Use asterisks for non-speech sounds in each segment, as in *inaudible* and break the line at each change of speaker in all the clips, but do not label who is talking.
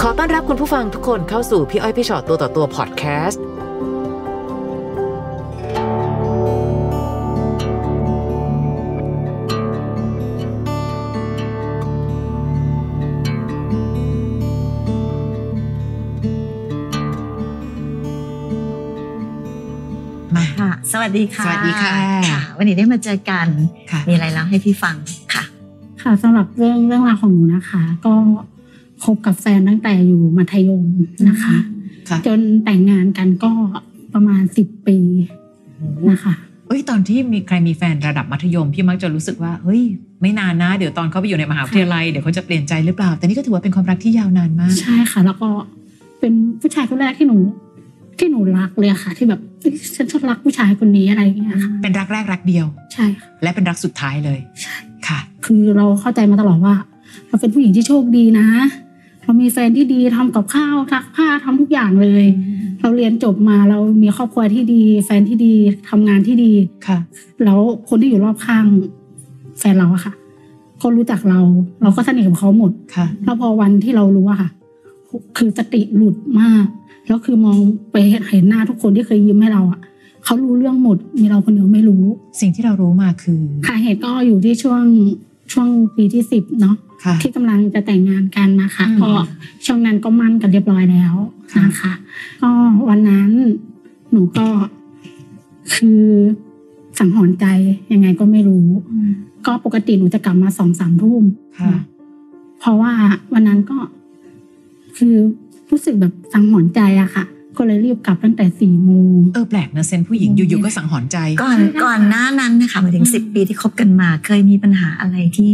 ขอต้อนรับคุณผู้ฟังทุกคนเข้าสู่พี่อ้อยพี่ชอตตัวต่อตัวพอดแคสต์
มา
ค่ะสวัสดีค่ะ
สวัสดีค่ะ
วันนี้ได้มาเจอกัน
ค่ะ
มีอะไรเล่าให้พี่ฟังค่ะ
ค่ะสำหรับเรื่องเรื่องราวของหนูนะคะ ก็คบกับแฟนตั้งแต่อยู่มัธยมนะคะ
ค่ะ
จนแต่งงานกันก็ประมาณสิบปีนะคะ
เอ้ยตอนที่มีใครมีแฟนระดับมัธยมพี่มักจะรู้สึกว่าเฮ้ย ไม่นานนะ เดี๋ยวตอนเขาไปอยู่ในมหาวิทยาลัยเดี๋ยวเขาจะเปลี่ยนใจหรือเปล่า แต่นี่ก็ถือว่าเป็นความรักที่ยาวนานมาก
ใช่ค่ะ แล้วก็เป็นผู้ชายคนแรกที่หนู ที่หนูรักเลยค่ะ ที่แบบเอ้ยฉันชอบรักผู้ชายคนนี้อะไรอย่างเงี้ยค่ะ
เป็นรักแรกรักเดียว
ใช่ค่ะ
และเป็นรักสุดท้ายเลย
ใช่
ค่ะ
คือเราเข้าใจมาตลอดว่า เราเป็นผู้หญิงที่โชคดีนะ เรามีแฟนที่ดีทำกับข้าวทักผ้าทำทุกอย่างเลย เราเรียนจบมาเรามีครอบครัวที่ดี แฟนที่ดีทำงานที่ดี
ค่ะ
แล้วคนที่อยู่รอบข้างแฟนเราอะค่ะ ก็รู้จักเรา เราก็สนิทกับเขาหมด
ค่ะ
แล้วพอวันที่เรารู้อะค่ะ คือสติหลุดมาก แล้วคือมองไปเห็นหน้าทุกคนที่เคยยิ้มให้เราอะเขารู้เรื่องหมด มีเราคนเดียวไม่รู้
สิ่งที่เรารู้มาคือ
ค่ะเหตุก็อยู่ที่ช่วงช่วงปีที่สิบเนาะ
ค่ะ
ที่กำลังจะแต่งงานกันนะคะ
อืม
ก็ช่วงนั้นก็มั่นกันเรียบร้อยแล้ว
ค่ะ
นะคะ ก็วันนั้นหนูก็คือสังหรณ์ใจยังไงก็ไม่รู้ ก็ปกติหนูจะกลับมาสองสามทุ่ม
ค่ะ
เพราะว่าวันนั้นก็คือรู้สึกแบบสังหรณ์ใจอะค่ะ ก็เลยรีบกลับตั้งแต่สี่โมง
เออแปลกนะเซนผู้หญิงอยู่ๆก็สังหรณ์ใจ
ก่อนก่อนหน้านั้นนะคะหมายถึงสิบปีที่คบกันมา เคยมีปัญหาอะไรที่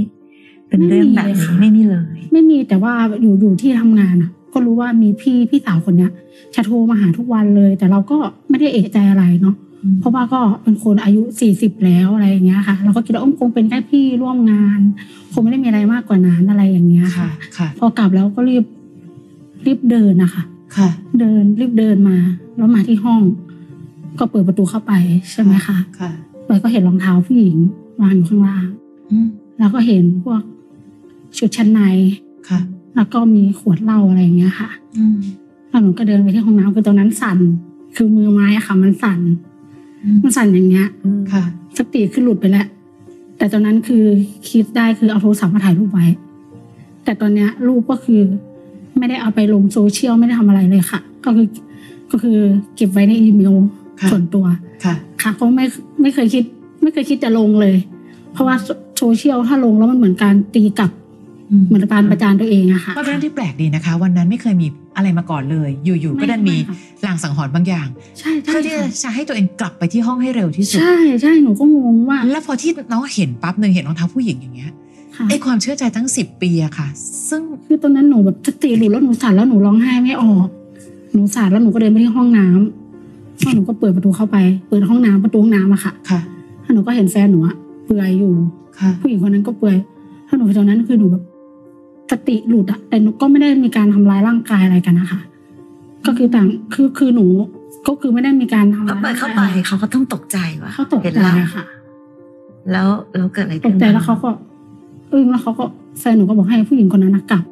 เป็นเรื่องแบบนี้
ไม่
ไม่
มี
มี
เล
เลย ย
ไม่มีแต่ว่าอยู่อยู่ที่ทำงานอะก็รู้ว่ามีพี่พี่สาวคนเนี้ยจะโทรมาหาทุกวันเลย แต่เราก็ไม่ได้เอะใจอะไรเนาะเพราะว่าก็เป็นคนอายุสี่สิบแล้วอะไรอย่างเงี้ยค่ะ เราก็คิดว่าอ้อมคงเป็นแค่พี่ร่วมงาน คงไม่ได้มีอะไรมากกว่านั้นอะไรอย่างเงี้ย
ค่ะ
ค่ะ
ค่ะ
พอกลับแล้วก็รีบรีบเดินนะคะ
ค่ะ
เดินรีบเดินมา แล้วมาที่ห้อง ก็เปิดประตูเข้าไปใช่ไหมคะ
ค่ะ
เปิดก็เห็นรองเท้าผู้หญิงวางอยู่ข้างล่าง
อืม
แล้วก็เห็นพวกชุดชั้นใน
ค่ะ
แล้วก็มีขวดเหล้าอะไรอย่างเงี้ยค่ะ
อืม
แล้วหนูก็เดินไปที่ห้องน้ำคือตอนนั้นสั่น คือมือไม้อะค่ะ มันสั่น มันสั่นอย่างเงี้ย
ค่ะ
สติคือหลุดไปแล้ว แต่ตอนนั้นคือคิดได้คือเอาโทรศัพท์มาถ่ายรูปไว้ แต่ตอนเนี้ยรูปก็คือไม่ได้เอาไปลงโซเชียลไม่ได้ทำอะไรเลยค่ะ ก็คือก็คือเก็บไว้ในอีเมล
ค่ะ
ส่วนตัว
ค่ะ
ค่ะก็ไม่ไม่เคยคิด ไม่เคยคิดจะลงเลย เพราะว่าโซโซเชียลถ้าลงแล้วมันเหมือนการตีกลับ
อืม
เหมือนการประจานตัวเองอะค่ะ
ก็เป็นเรื่องที่แปลกดีนะคะ วันนั้นไม่เคยมีอะไรมาก่อนเลย อยู่ๆก็ดันมี
ไม่ค่ะ
ลางสังหรณ์บางอย่าง
ใช่ใช่
เพื่อที่
ค่ะ
จะให้ตัวเองกลับไปที่ห้องให้เร็วที่สุด
ใช่ใช่หนูก็งงว่า
แล้วพอที่น้องเห็นปั๊บหนึ่งเห็นรองเท้าผู้หญิงอย่างเงี้ย
ค่ะ
ไอ้ความเชื่อใจทั้งสิบปีอะค่ะ ซึ่ง
คือตอนนั้นหนูแบบสติหลุดแล้วหนูสั่นแล้วหนูร้องไห้ไม่ออก หนูสั่นแล้วหนูก็เดินไปที่ห้องน้ำแล้วหนูก็เปิดประตูเข้าไป เปิดห้องน้ำประตูห้องน้ำอะค่ะ
ค่ะ
แล้วหนูก็เห็นแฟนหนูอะเปลือยอยู่
ค่ะ
ผู้หญิงคนนั้นก็เปลือยแล้วหนูตอนนั้นคือหนูแบบสติหลุดอะแต่หนูก็ไม่ได้มีการทำร้ายร่างกายอะไรกันนะคะ ก็คือต่างคือคือหนูก็คือไม่ได้มีการทำ
เขา
ร้าย
เปิด
ร่
เข้าง ไป
กายอะไร
เขาก็ต้องตกใจว่ะ
เขาตก
เห็น
ใจ
เรา
ค่ะ
แล้วแล้วเกิดอะไร
ต
ขึ้น
กใจแล้วเขาก็อึ้งแล้วเขาก็แฟนหนูก็บอกให้ผู้หญิงคนนั้นนะกลับ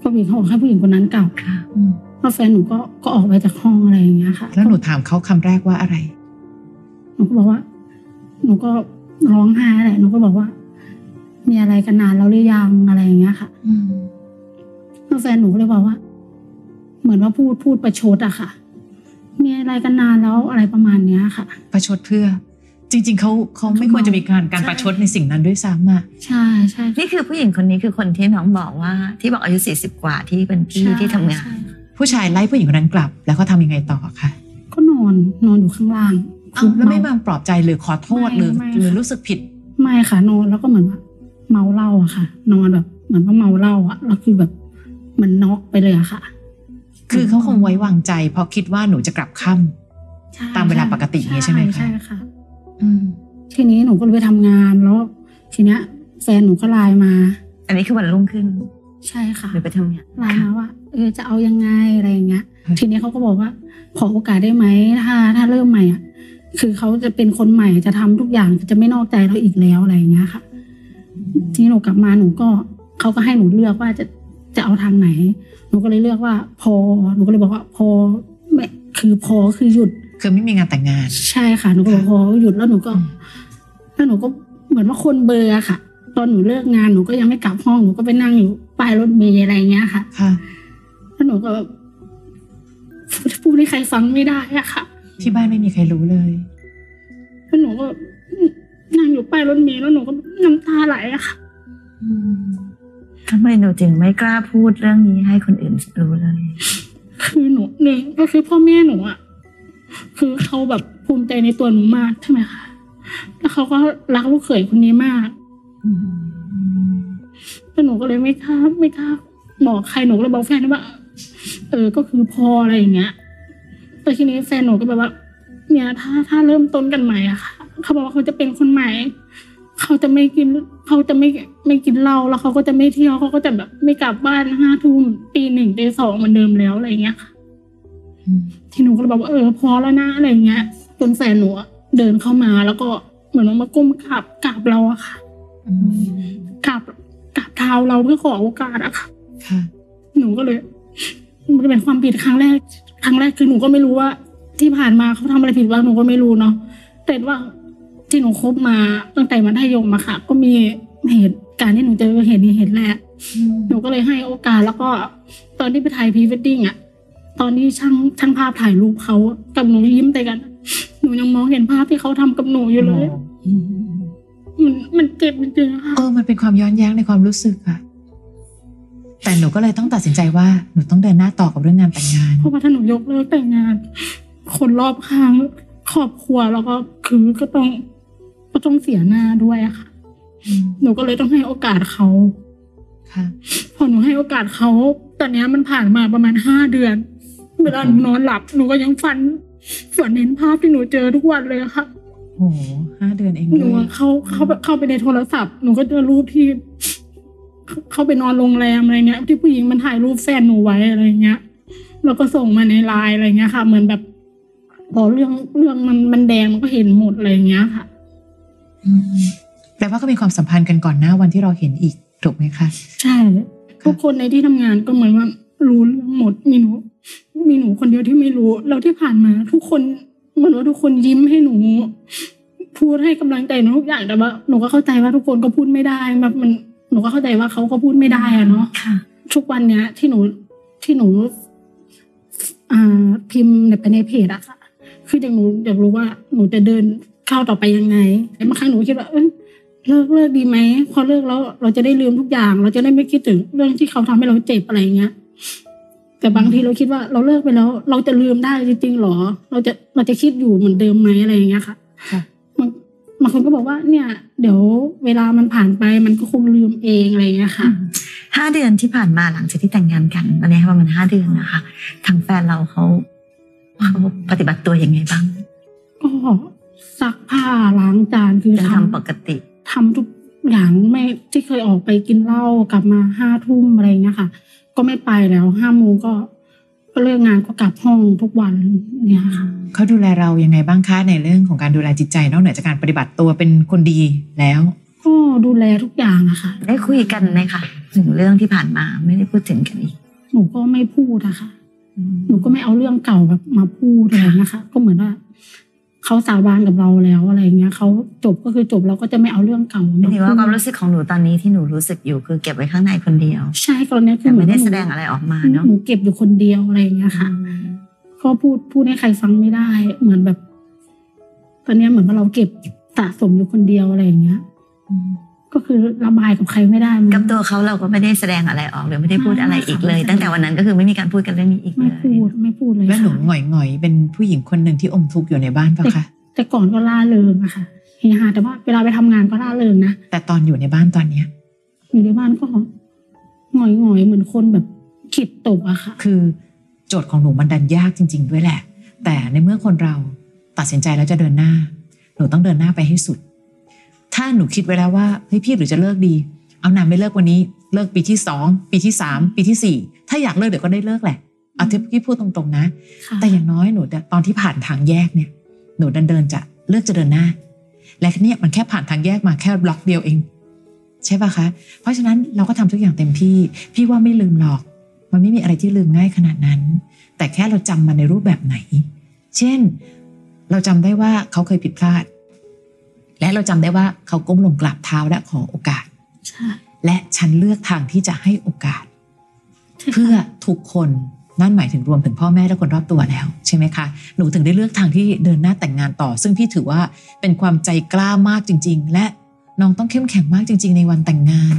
ผู้หญิงเขาบอกให้ผู้หญิงคนนั้นกลับ
ค่ะ
อืม
แล้วแฟนหนูก็ก็ออกไปจากห้องอะไรอย่างเงี้ยค่ะ
แล้วหนูถามเขาคำแรกว่าอะไร
หนูก็บอกว่า หนูก็ร้องไห้แหละหนูก็บอกว่า มีอะไรกันนานแล้วหรือยังอะไรอย่างเงี้ยค่ะ
อืม
แล้วแฟนหนูก็เลยบอกว่า เหมือนว่าพูดพูดประชดอะค่ะ มีอะไรกันนานแล้วอะไรประมาณเนี้ยค่ะ
ประชดเพื่อ จริง ๆเขาเขาไม่ควรจะมีการการประชดในสิ่งนั้นด้วยซ้ำอะ
ใช่ใช่
นี่คือผู้หญิงคนนี้คือคนที่น้องบอกว่า ที่บอกอายุสี่สิบกว่าที่เป็นพี่
ใช่
ที่ทำงาน
ใช่ค่ะ
ผู้ชายไล่ผู้หญิงคนนั้นกลับ แล้วเขาทำยังไงต่อคะ
ก็นอนนอนอยู่ข้างล่าง
อ้าวแล้วไม่มาปลอบใจหรือขอโทษหรือ
ไม่ไม่
หรือรู้สึกผิด
ไม่ค่ะนอนแล้วก็เหมือนว่าเมาเหล้าอะค่ะ นอนแบบเหมือนว่าเมาเหล้าอะแล้วคือแบบเหมันน็อกไปเลยอะค่ะ
คือเขาคงไว้วางใจ เพราะคิดว่าหนูจะกลับค่ำ
ใช่
ตามเวลาปกติอย่างงี้ใช่ไหมคะ
ใช่ค่ะ
อืม
ทีนี้หนูก็เลยไปทำงานแล้ว ทีเนี้ยแฟนหนูก็ไลน์มา
อันนี้คือวันรุ่งขึ้น
ใช่ค่ะ
หรือไปทำงาน
ไลน์
ค่ะ
มาว่าเออจะเอายังไงอะไรอย่างเงี้ย
ค่ะ
ทีนี้เขาก็บอกว่า ขอโอกาสได้ไหมถ้า ถ้าเริ่มใหม่อ่ะคือเขาจะเป็นคนใหม่จะทำทุกอย่างจะไม่นอกใจเราอีกแล้วอะไรอย่างเงี้ยค่ะ ทีนี้หนูกลับมาหนูก็เขาก็ให้หนูเลือกว่าจะ จะเอาทางไหน หนูก็เลยเลือกว่า พอ หนูก็เลยบอกว่าพอไม่คือพอคือหยุด
คือไม่มีงานแต่งงาน
ใช่ค่ะหนูก็บอกพอหยุดแล้วหนูก็
อืม
แล้วหนูก็เหมือนว่าคนเบลอร์ค่ะ ตอนหนูเลิกงานหนูก็ยังไม่กลับห้องหนูก็ไปนั่งอยู่ป้ายรถเมล์อะไรอย่างเงี้ยค่ะ
ค่ะ
แล้วหนูก็แบบพูดให้ใครฟังไม่ได้อะค่ะ
ที่บ้านไม่มีใครรู้เลย
แล้วหนูก็นั่งอยู่ป้ายรถเมล์แล้วหนูก็น้ำตาไหลอะค่ะ
ทำไมหนูถึงไม่กล้าพูดเรื่องนี้ให้คนอื่นรู้เลย
คือหนูหนึ่งก็คือพ่อแม่หนูอะคือเขาแบบภูมิใจในตัวหนูมากใช่ไหมคะแล้วเขาก็รักลูกเขยคนนี้มากแล้วหนูก็เลยไม่กล้าไม่กล้าบอกใครหนูก็เลยบอกแฟนว่า เออก็คือพออะไรอย่างเงี้ยแต่ทีนี้แฟนหนูก็แบบว่า เนี่ยถ้าถ้าเริ่มต้นกันใหม่อะค่ะ เขาบอกว่าเขาจะเป็นคนใหม่ เขาจะไม่กินเขาจะไม่ไม่กินเหล้าแล้วเขาก็จะไม่เที่ยวเขาก็จะแบบไม่กลับบ้านห้าทุ่มตีหนึ่งตีสองเหมือนเดิมแล้วอะไรอย่างเงี้ยค่ะ
อืม
ที่หนูก็เลยบอกว่าเออพอแล้วนะอะไรอย่างเงี้ยจนแฟนหนูอะเดินเข้ามาแล้วก็เหมือนว่ามาก้มกราบกราบเราอะค่ะกราบกราบเท้าเราเพื่อขอโอกาสอะค่ะ
ค่ะ
หนูก็เลย มันเป็นความผิดครั้งแรก ครั้งแรกคือหนูก็ไม่รู้ว่า ที่ผ่านมาเขาทำอะไรผิดบ้างหนูก็ไม่รู้เนาะแต่ว่าที่หนูคบมาตั้งแต่มัธยมอะค่ะ ก็มีเหตุการณ์ที่หนูเจอเหตุนี้เหตุแรก หนูก็เลยให้โอกาสแล้วก็ ตอนที่ไปถ่ายพรีเวดดิ้งอะตอนที่ช่างช่างภาพถ่ายรูปเขากับหนูยิ้มแต่กัน หนูยังมองเห็นภาพที่เขาทำกับหนูอยู่เลย มันมันเจ็บจริงๆอะค่ะ
เออ มันเป็นความย้อนแย้งในความรู้สึกอะแต่หนูก็เลยต้องตัดสินใจว่าหนูต้องเดินหน้าต่อกับเรื่องงานแต่งงาน
เพราะว่าถ้าหนูยกเลิกแต่งงาน คนรอบข้างครอบครัวแล้วก็คือก็ต้องก็ต้องเสียหน้าด้วยอะค่ะ หนูก็เลยต้องให้โอกาสเขา
ค่ะ
พอหนูให้โอกาสเขาตอนเนี้ยมันผ่านมาประมาณห้าเดือน เวลาหนูนอนหลับหนูก็ยังฝันฝันเห็นภาพที่หนูเจอทุกวันเลยอะค่ะ
โหห้าเดือนเอง
หนู
ด้วย
อะเข้าเข้าไปเข้าไปในโทรศัพท์หนูก็เจอรูปที่เข้าเข้าไปนอนโรงแรมอะไรเงี้ย ที่ผู้หญิงมันถ่ายรูปแฟนหนูไว้อะไรเงี้ยแล้วก็ส่งมาในไลน์อะไรเงี้ยค่ะ เหมือนแบบพอเรื่องเรื่องมันมันแดงมันก็เห็นหมดอะไรเงี้ยค่ะ
อืมแปลว่าก็มีความสัมพันธ์กันก่อนหน้าวันที่เราเห็นอีก ถูกไหมคะ
ใช่ ทุกคนในที่ทำงานก็เหมือนว่ารู้เรื่องหมดมีหนู มีหนูคนเดียวที่ไม่รู้ แล้วที่ผ่านมา ทุกคนเหมือนว่าทุกคนยิ้มให้หนู พูดให้กำลังใจหนูทุกอย่างแต่ว่าหนูก็เข้าใจว่าทุกคนก็พูดไม่ได้แบบมันหนูก็เข้าใจว่าเขาก็พูดไม่ได้อะเนาะ
ค่ะ
ทุกวันเนี้ยที่หนูที่หนูอ่าพิมพ์ในไปในเพจอะค่ะ คืออยากหนูอยากรู้ว่าหนูจะเดินเข้าวต่อไปยังไงบางครั้งหนูคิดว่าเอ้ยเลิกเลิกดีไหมพอเลิกแล้วเราจะได้ลืมทุกอย่าง เราจะได้ไม่คิดถึงเรื่องที่เขาทำให้เราเจ็บอะไรอย่างเงี้ย แต่บางทีเราคิดว่าเราเลิกไปแล้ว เราจะลืมได้จริงๆหรอ เราจะเราจะคิดอยู่เหมือนเดิมไหมอะไรอย่างเงี้ยค่ะ
ค่ะ
บางบางคนก็บอกว่าเนี่ย เดี๋ยวเวลามันผ่านไปมันก็คงลืมเองอะไรอย่างเงี้ยค่ะ
ห้าเดือนที่ผ่านมาหลังจากที่แต่งงานกันตอนนี้ประมาณห้าเดือนนะคะ ทางแฟนเราเขาเขาปฏิบัติตัวยังไงบ้าง
ก็ซักผ้าล้างจานคือ
ยัง
ท
ทำปกติ
ำทำทุกอย่างไม่ที่เคยออกไปกินเหล้ากลับมาห้าทุ่มอะไรเงี้ยค่ะ ก็ไม่ไปแล้วห้าโมงก็ก็เลิกงานก็กลับห้องทุกวันเนี่ยค่ะ
เขาดูแลเรายังไงบ้างคะในเรื่องของการดูแลจิตใจนอกเหนือจากการปฏิบัติตัวเป็นคนดีแล้ว
ก็ดูแลทุกอย่างอะค่ะ
ได้คุยกันไหมคะถึงเรื่องที่ผ่านมาไม่ได้พูดถึงกันอีก
หนูก็ไม่พูดอะค่ะ หนูก็ไม่เอาเรื่องเก่าแบบมาพูดอะไรนะคะ ก็เหมือนว่าเขาสาบานกับเราแล้วอะไรเงี้ยเขาจบก็คือจบเราก็จะไม่เอาเรื่องเก่า
หมาม
าย
ถึงว่า
พูด
ความรู้สึกของหนูตอนนี้ที่หนูรู้สึกอยู่คือเก็บไว้ข้างในคนเดียว
ใช่ตอนเนี้ยคื
แต่
อเหมื
ไม่ได้
อนว่าหนู
แสดงอะไรออกมาเนาะ
หนูเก็บอยู่คนเดียวอะไรเงี้ยค่ะ ก็พูดพูดให้ใครฟังไม่ได้ เหมือนแบบ ตอนเนี้ยเหมือนว่าเราเก็บสะสมอยู่คนเดียวอะไรอย่างเงี้ย ก็คือระบายกับใครไม่ได้มัน
กับตัวเขาเราก็ไม่ได้แสดงอะไรออกหรือไม่ได้พูดอะไรอีกเลย ตั้งแต่วันนั้นก็คือไม่มีการพูดกันเรื่องนี้อีกเล
ไม่
ย
พูดไม่พูดเลย
แล้วหนู
ค่ะ
หงอยๆ เป็นผู้หญิงคนหนึ่งที่อมทุกข์อยู่ในบ้านปะ *laughs* คะ
แต่ก่อนก็ล่าเริงอะค่ะเฮฮาแต่ว่าเวลาไปทำงานก็ล่าเริงนะ
แต่ตอนอยู่ในบ้านตอนเนี้ย
อยู่ในบ้านก็หงอยหงอยๆเหมือนคนแบบขิดตกอะค่ะ
คือโจทย์ของหนูมันดันยากจริง ๆ ด้วยแหละ แต่ในเมื่อคนเราตัดสินใจแล้วจะเดินหน้า หนูต้องเดินหน้าไปให้สุด ถ้าหนูคิดไว้แล้วว่าเฮ้ยพี่หรือจะเลิกดี เอานาไม่เลิกวันนี้ เลิกปีที่สองปีที่สามปีที่สี่ถ้าอยากเลิกเดี๋ยวก็ได้เลิกแหละเอาที่พี่พูดตรงๆนะ
ค่ะ
แต่อย่างน้อยหนูเนี่ยตอนที่ผ่านทางแยกเนี่ย หนูดันเดินจะเลือกจะเดินหน้า และเนี่ยมันแค่ผ่านทางแยกมาแค่บล็อกเดียวเอง ใช่ป่ะคะ เพราะฉะนั้นเราก็ทำทุกอย่างเต็มที่ พี่ว่าไม่ลืมหรอก มันไม่มีอะไรที่ลืมง่ายขนาดนั้น แต่แค่เราจำมันในรูปแบบไหน เช่น เราจำได้ว่าเขาเคยผิดพลาด และเราจำได้ว่าเขาก้มลงกราบเท้าและขอโอกาส
ใช่
และฉันเลือกทางที่จะให้โอกาส *laughs*
ใช่ค่ะ
เพื่อทุกคนนั่นหมายถึงรวมถึงพ่อแม่และคนรอบตัวแล้ว ใช่ไหมคะ หนูถึงได้เลือกทางที่เดินหน้าแต่งงานต่อ ซึ่งพี่ถือว่าเป็นความใจกล้ามากจริง ๆ และน้องต้องเข้มแข็งมากจริง ๆ ในวันแต่งงาน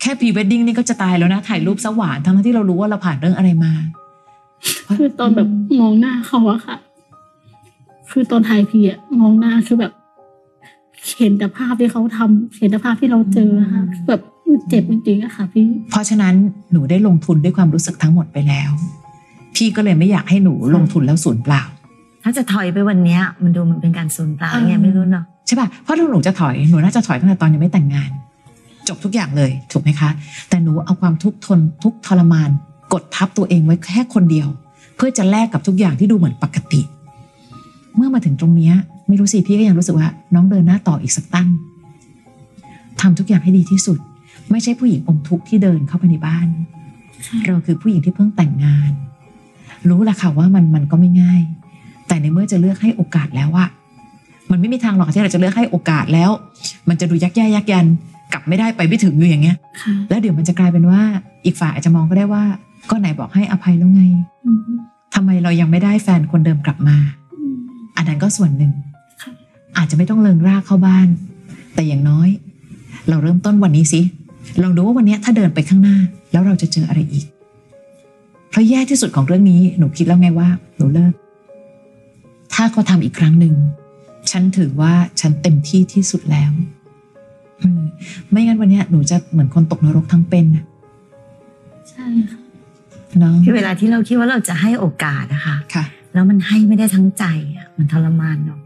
แค่พรีเวดดิ้งนี่ก็จะตายแล้วนะถ่ายรูปสวานทั้งที่เรารู้ว่าเราผ่านเรื่องอะไรมา
คือตอนแบบมองหน้าเขาอะค่ะ คือตอนไทยพีอะมองหน้าคือแบบเห็นแต่ภาพที่เขาทำเห็นแต่ภาพที่เราเจออะค่ะแบบมันเจ็บจริงๆอะค่ะ พี่
เพราะฉะนั้นหนูได้ลงทุนด้วยความรู้สึกทั้งหมดไปแล้ว พี่ก็เลยไม่อยากให้หนูลงทุนแล้วสูญเปล่า
ถ้าจะถอยไปวันเนี้ยมันดูเหมันเป็นการสูญเปล่าไงไม่รู้เนาะ
ใช่ป่ะ เพราะถ้าหนูจะถอย หนูน่าจะถอยตั้งแต่ตอนยังไม่แต่งงาน จบทุกอย่างเลย ถูกไหมคะ แต่หนูเอาความทุกข์ทนทุกข์ทรมาน กดทับตัวเองไว้แค่คนเดียว เพื่อจะแลกกับทุกอย่างที่ดูเหมือนปกติ เมื่อมาถึงตรงเนี้ยไม่รู้สิพี่ก็ยังรู้สึกว่า น้องเดินหน้าต่ออีกสักตั้งทำทุกอย่างให้ดีที่สุด ไม่ใช่ผู้หญิงอมทุกข์ที่เดินเข้าไปในบ้าน เราคือผู้หญิงที่เพิ่งแต่งงาน รู้ละค่ะว่ามันมันก็ไม่ง่าย แต่ในเมื่อจะเลือกให้โอกาสแล้วอะมันไม่มีทางหรอกที่เราจะเลือกให้โอกาสแล้ว มันจะดูยักแย่ยักยัน กลับไม่ได้ไปไม่ถึงอยู่อย่างเงี้ย
ค่ะ
แล้วเดี๋ยวมันจะกลายเป็นว่าอีกฝ่ายอาจจะมองก็ได้ว่า ก็ไหนบอกให้อภัยแล้วไง
อืม
ทำไมเรายังไม่ได้แฟนคนเดิมกลับมา อันนั้นก็ส่วนหนึ่ง
ค่ะ
อาจจะไม่ต้องเลิงรากเข้าบ้าน แต่อย่างน้อย เราเริ่มต้นวันนี้สิลองดูว่าวันเนี้ยถ้าเดินไปข้างหน้า แล้วเราจะเจออะไรอีก เพราะแย่ที่สุดของเรื่องนี้หนูคิดแล้วไงว่าหนูเลิก ถ้าเขาทำอีกครั้งหนึ่งฉันถือว่าฉันเต็มที่ที่สุดแล้วอืมไม่งั้นวันเนี้ยหนูจะเหมือนคนตกนรกทั้งเป็นน่ะ
ใช่ค่ะ
เนาะ
คือเวลาที่เราคิดว่าเราจะให้โอกาสนะคะ
ค่ะ
แล้วมันให้ไม่ได้ทั้งใจอะมันทรมานเนาะ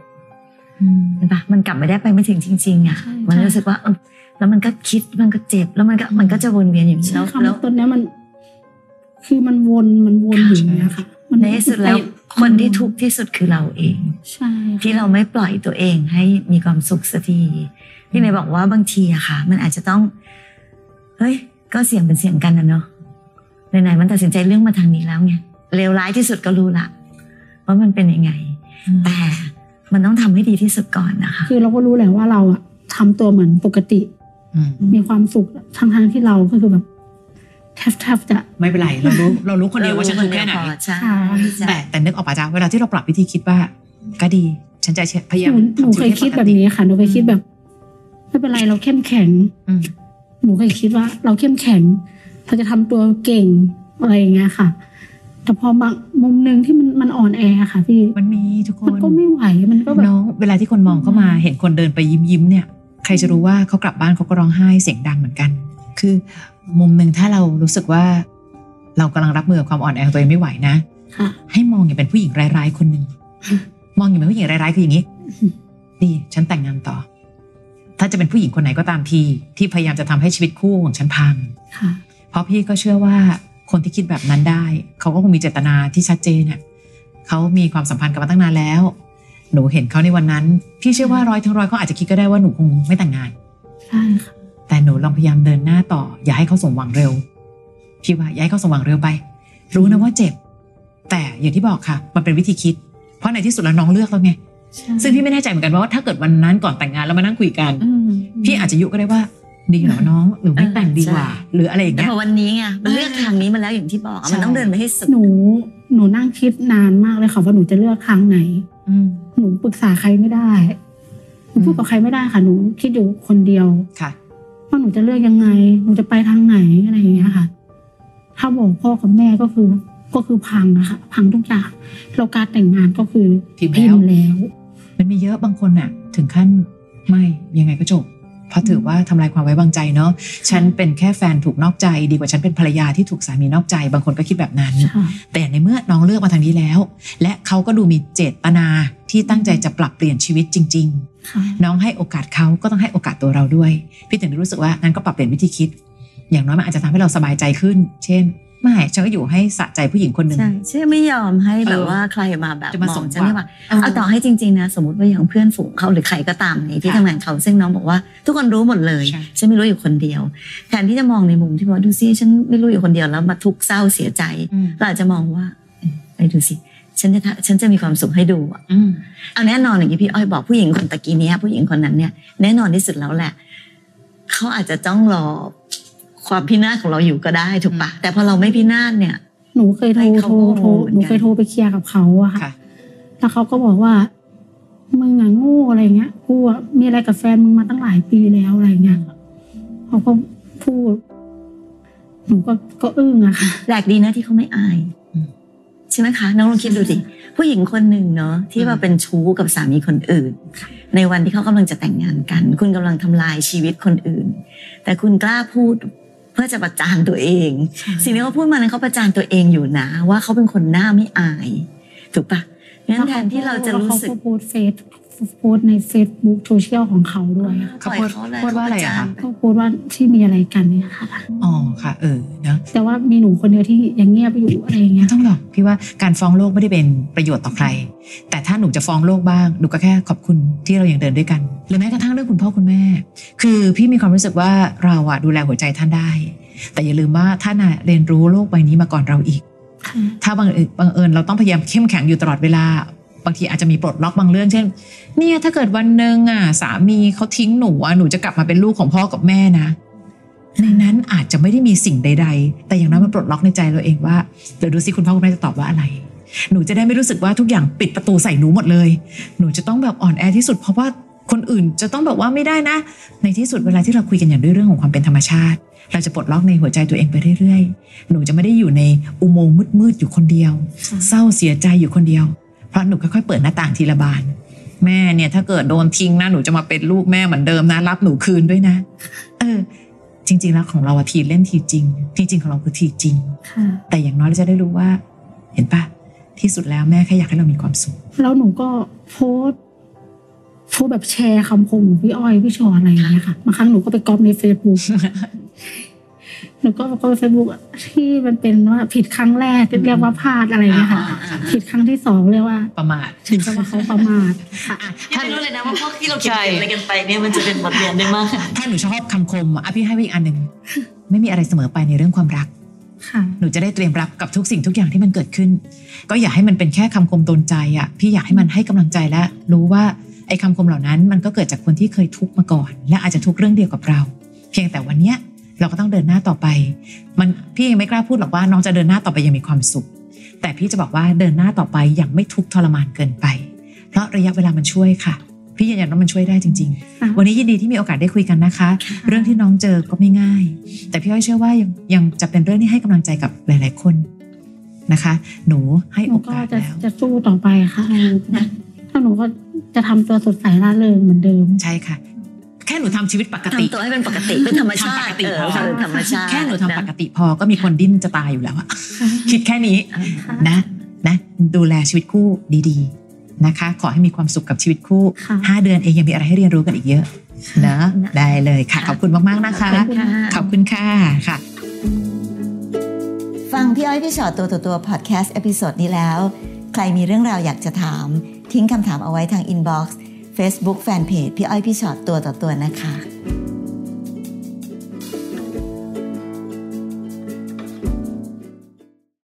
อืม
ใช่ปะมันกลับไม่ได้ไปไม่ถึงจริงๆอะมันรู้สึกว่าเออแล้วมันก็คิดมันก็เจ็บ แล้วมันก็มันก็จะวนเวียนอย่างนี้
ใช่
แล้ว
ค่ะ
แล้ว
ตอนเนี้ยมัน คือมันวนมันวนอยู่อย่างเนี้ยค่ะ มั
ในที่สุดแล้วคนที่ทุกข์ที่สุดคือเราเอง
ใช่ค่ะ
ที่เราไม่ปล่อยตัวเองให้มีความสุขสักทีพี่เมย์บอกว่าบางทีอะค่ะ มันอาจจะต้องเฮ้ย ก็เสี่ยงเป็นเสี่ยงกันนะเนาะไหนๆมันตัดสินใจเรื่องมาทางนี้แล้วไงเลวร้ายที่สุดก็รู้ละว่ามันเป็นยังไง
อืม
แต่มันต้องทำให้ดีที่สุดก่อนนะคะ
คือเราก็รู้แหละว่าเราอะทำตัวเหมือนปกติ
อืม
มีความสุขทั้งทางๆที่เราก็คือแบบแทบแทบจะ
ไม่เป็นไรเรารู้เรารู้คนเดียวว่าฉันทุกข์แค่ไหน
เรารู้เดียวพอใช่ใช่
แต่แต่นึกออกปะจ๊ะเวลาที่เราปรับวิธีคิดว่า ก็ดี ฉันจะพยายาม
หนูหนูเคยคิดแบบ
ทำชีวิตให้ปก
นี้
ติ
ค่ะหนูเคยคิดแบบไม่เป็นไรเราเข้มแข็ง
อืม
หนูเคยคิดว่า เราเข้มแข็งเราจะทำตัวเก่งอะไรอย่างเงี้ยค่ะ แต่พอบางมุมหนึ่งที่มันมันอ่อนแอค่ะพี่
มันมีทุกค
มัน
น
ก็ไม่ไหวมันก็แบบ
น้องเวลาที่คนมองเข้ามาเห็นคนเดินไปยิ้มยิ้มๆเนี่ย ใครจะรู้ว่าเขากลับบ้านเขาก็ร้องไห้เสียงดังเหมือนกัน คือมุมหนึ่งถ้าเรารู้สึกว่า เรากำลังรับมือกับความอ่อนแอของตัวเองไม่ไหวนะ
ค่ะ
ให้มองอย่างเป็นผู้หญิงร้ายๆคนหนึ่
*laughs*
ง มองอย่างเป็นผู้หญิงร้ายๆคืออย่างนี้ ดี ฉันแต่งงานต่อ ถ้าจะเป็นผู้หญิงคนไหนก็ตามทีที่พยายามจะทำให้ชีวิตคู่ของฉันพัง
ค่ะ
เพราะพี่ก็เชื่อว่าคนที่คิดแบบนั้นได้ เขาก็คงมีเจตนาที่ชัดเจนน่ะเขามีความสัมพันธ์กันมาตั้งนานแล้ว หนูเห็นเขาในวันนั้น พี่เชื่อว่าร้อยทั้งร้อยเขาอาจจะคิดก็ได้ว่าหนูคงไม่แต่งงาน
ใช่ค่ะ
แต่หนูลองพยายามเดินหน้าต่อ อย่าให้เขาสมหวังเร็วพี่ว่าอย่าให้เขาสมหวังเร็วไป รู้นะว่าเจ็บ แต่อย่างที่บอกค่ะ มันเป็นวิธีคิด เพราะในที่สุดแล้วน้องเลือกแล้วไง
ใช่
ซึ่งพี่ไม่แน่ใจเหมือนกันว่าถ้าเกิดวันนั้นก่อนแต่งงานแล้วมานั่งคุยกัน
อืม
พี่อาจจะยุก็ได้ว่า ดีเหรอน้องหรือไม่แต่งดีกว่า
ใช่
หรืออะไรอย่าง
แต่
เงี้ย
พอวันนี้ไงมันเลือกทางนี้มาแล้วอย่างที่บอกอะมันต้องเดินไปให้สุด
หนูหนูนั่งคิดนานมากเลยค่ะว่าหนูจะเลือกทางไหน
อืม
หนูปรึกษาใครไม่ได้หนูพูด
อืม
กับใครไม่ได้ค่ะหนูคิดอยู่คนเดียว
ค่ะ
ว่าหนูจะเลือกยังไง หนูจะไปทางไหนอะไรอย่างเงี้ยค่ะ ถ้าบอกพ่อกับแม่ก็คือ ก็คือพังนะคะ พังทุกอย่างเราการแต่งงานก็คือ
พิมพ์แล้ว
พิมพ์แล้ว
มันมีเยอะบางคนน่ะ ถึงขั้นไม่ยังไงก็จบ เพราะถือว่าทำลายความไว้วางใจเนาะฉันเป็นแค่แฟนถูกนอกใจ ดีกว่าฉันเป็นภรรยาที่ถูกสามีนอกใจ บางคนก็คิดแบบนั้น
ค่ะ
แต่ในเมื่อน้องเลือกมาทางนี้แล้ว และเขาก็ดูมีเจตนาที่ตั้งใจจะปรับเปลี่ยนชีวิตจริง
ค่ะ
ๆ น้องให้โอกาสเขาก็ต้องให้โอกาสตัวเราด้วย พี่ถึงได้รู้สึกว่างั้นก็ปรับเปลี่ยนวิธีคิด อย่างน้อยมันอาจจะทำให้เราสบายใจขึ้น เช่น ไม่ฉันก็อยู่ให้สะใจผู้หญิงคนหนึ่ง
ใช่ใช่ไม่ยอมให้
เออ
แบบว่าใครมาแบบ
จะมา
อ
ส่ง
ฉันไม่ว่า
เออ
เอาต่อให้จริงๆนะสมมติว่าอย่างเพื่อนฝูงเขาหรือใครก็ตามในที่
ค่ะ
ทำงานเขาซึ่งน้องบอกว่า ทุกคนรู้หมดเลย
ใช่
ฉันไม่รู้อยู่คนเดียวแทนที่จะมองในมุมที่ว่าดูซิฉันไม่รู้อยู่คนเดียวแล้วมาทุกข์เศร้าเสียใจ
อืม
เราอาจจะมองว่าเอ้ยไปดูสิฉันจะทะฉันจะมีความสุขให้ดูอะ
อืม
เอาแน่นอนอย่างที่พี่อ้อยบอกผู้หญิงคนตะกี้เนี้ยผู้หญิงคนนั้นเนี่ยแน่นอนที่สุดแล้วแหละ เขาอาจจะต้องรอความพินาศของเราอยู่ก็ได้ถูกปะแต่พอเราไม่พินาศเนี่ย
หนูเคยโทร
ให้เขา
โทรโทร
โง่เหมือนกัน
หนูเคยโทรไปเคลียร์กับเขาอะค่ะ
ค่ะ
แล้วเขาก็บอกว่ามึงอะโง่อะไรเงี้ยกูอะมีอะไรกับแฟนมึงมาตั้งหลายปีแล้วอะไรเงี้ยเขาก็พูด หนูก็ก็อึ้งอะค่ะ
แปลกดีนะที่เขาไม่อาย
อืม
ใช่ไหมคะน้องลองคิดดูสิผู้หญิงคนหนึ่งเนาะที่ว่าเป็นชู้กับสามีคนอื่น ในวันที่เขากำลังจะแต่งงานกัน คุณกำลังทำลายชีวิตคนอื่น แต่คุณกล้าพูดเพื่อจะประจานตัวเอง สิ่งที่เขาพูดมานั้นเขาประจานตัวเองอยู่นะ ว่าเขาเป็นคนหน้าไม่อาย ถูกปะงั้นแทนที่เราจะรู้สึก
แล้วเขาโพสต์เฟซโพสต์ในเฟซบุ๊กโซเชียลของเขาด้วยอะ
เขาพูด
ปล่ย
พูดว่าอะไรอะคะ
เขาปจานป
ก็โพสต์ว่าที่มีอะไรกันเนี่ยค่ะ
อ๋อค่ะ เออเนอะ
แต่ว่ามีหนูคนเดียวที่ยังเงียบอยู่อะไรอย่างเงี้
ไม่
ย
ต้องหรอกพี่ว่าการฟ้องโลกไม่ได้เป็นประโยชน์ต่อใคร แต่ถ้าหนูจะฟ้องโลกบ้างหนูก็แค่ขอบคุณที่เรายังเดินด้วยกัน หรือแม้กระทั่งเรื่องคุณพ่อคุณแม่ คือพี่มีความรู้สึกว่าเราอะดูแลหัวใจท่านได้ แต่อย่าลืมว่าท่านอะเรียนรู้โลกใบนี้มาก่อนเราอีก
ค่ะ
ถ้าบังเอิญบังเอิญเราต้องพยายามเข้มแข็งอยู่ตลอดเวลา บางทีอาจจะมีปลดล็อกบางเรื่องเช่น เนี่ยถ้าเกิดวันหนึ่งอ่ะสามีเขาทิ้งหนูอ่ะหนูจะกลับมาเป็นลูกของพ่อกับแม่นะ ในนั้นอาจจะไม่ได้มีสิ่งใด ๆ แต่อย่างน้อยมันปลดล็อกในใจเราเองว่าเดี๋ยวดูสิคุณพ่อคุณแม่จะตอบว่าอะไร หนูจะได้ไม่รู้สึกว่าทุกอย่างปิดประตูใส่หนูหมดเลย หนูจะต้องแบบอ่อนแอที่สุดเพราะว่าคนอื่นจะต้องแบบว่าไม่ได้นะ ในที่สุดเวลาที่เราคุยกันอย่างด้วยเรื่องของความเป็นธรรมชาติ เราจะปลดล็อกในหัวใจตัวเองไปเรื่อยๆ หนูจะไม่ได้อยู่ในอุโมงค์มืดๆอยู่คนเดียว เศร้าเสียใจอยู่คนเดียว เพราะหนูค่อยๆเปิดหน้าต่างทีละบาน แม่เนี่ยถ้าเกิดโดนทิ้งนะหนูจะมาเป็นลูกแม่เหมือนเดิมนะ รับหนูคืนด้วยนะ เออ จริง ๆ แล้วของเราอะทีเล่นทีจริง ทีจริงของเราคือทีจริง
ค่ะ
แต่อย่างน้อยเราจะได้รู้ว่า เห็นปะที่สุดแล้วแม่แค่อยากให้เรามีความสุข
แล้วหนูก็โพสต์โพสต์แบบแชร์คำคมของพี่อ้อยพี่ชออะไรอย่างเงี้ยค่ะบางครั้งหนูก็ไปก๊อปในเฟซบุ๊ก หนูก็ไปก๊อปในเฟซบุ๊กที่มันเป็นว่าผิดครั้งแรกเรียกว่าพลาดอะไรอย่างเงี้ยค่ะ
อ่าอ่าอ่า
ผิดครั้งที่สองเรียกว่า
ประมาท
ถึงจะว่าเขาประมาทค่ะ
ถ้ารู้เลยนะว่าพวกที่เรา
ใช่
เขียนอะไรกันไปเนี่ยมันจะเป็นบทเรียนได้มาก
ถ้าหนูชอบคำคมอะพี่ให้ไว้อีกอันหนึ่งไม่มีอะไรเสมอไปในเรื่องความรัก
ค่ะ
หนูจะได้เตรียมรับกับทุกสิ่งทุกอย่างที่มันเกิดขึ้น ก็อย่าให้มันเป็นแค่คำคมโดนใจอ่ะพี่อยากให้มันให้กำลังใจและ รู้ว่าไอ้คำคมเหล่านั้น มันก็เกิดจากคนที่เคยทุกข์มาก่อน และอาจจะทุกข์เรื่องเดียวกับเรา เพียงแต่วันเนี้ยเราก็ต้องเดินหน้าต่อไป มันพี่ยังไม่กล้าพูดหรอกว่าน้องจะเดินหน้าต่อไปอยังมีความสุข แต่พี่จะบอกว่าเดินหน้าต่อไปอย่างไม่ทุกข์ทรมานเกินไป เพราะระยะเวลามันช่วยค่ะ พี่ยืนยันว่ามันช่วยได้จริง
ค่ะ
ๆ วันนี้ยินดีที่มีโอกาสได้คุยกันนะคะ เรื่องที่น้องเจอก็ไม่ง่าย แต่พี่อ้อยเชื่อว่ายังยังจะเป็นเรื่องที่ให้กำลังใจกับหลาย ๆ คนนะคะ หนูให้
ห
โอ
นูก็
กาส
จะ
แล้ว
จะสู้ต่อไปค่ะถ้าหนูก็จะทำตัวสดใสร่าเริงเหมือนเดิม
ใช่ค่ะ แค่หนูทำชีวิตปกติ
ทำตัวให้เป็นปกติเป็นธรรมชา
ทำปก
ติ
ติ
เออ
พอ
ทำเป็นธรรมชาติ
แค่หนูทำปก
นะ
ติพอก็มีคนดิ้นจะตายอยู่แล้วอะ คิดแค่นี้
อ่า
นะนะดูแลชีวิตคู่ดีๆนะคะ ขอให้มีความสุขกับชีวิตคู่
ค่ะ
ห้าเดือนเองยังมีอะไรให้เรียนรู้กันอีกเยอะนะ
นะ
ได้เลยค่ะ
ค่ะ
ขอบคุณมากๆนะคะ
ขอบคุณค่ะ
ขอบคุณค่ะค่ะ
ฟังพี่อ้อยพี่ชอตตัวต่อตัวพอดแคสต์เอพิโซดนี้แล้ว ใครมีเรื่องราวอยากจะถาม ทิ้งคำถามเอาไว้ทางอินบ็อกซ์เฟซบุ๊กแฟนเพจพี่อ้อยพี่ชอตตัวต่อตัวนะคะ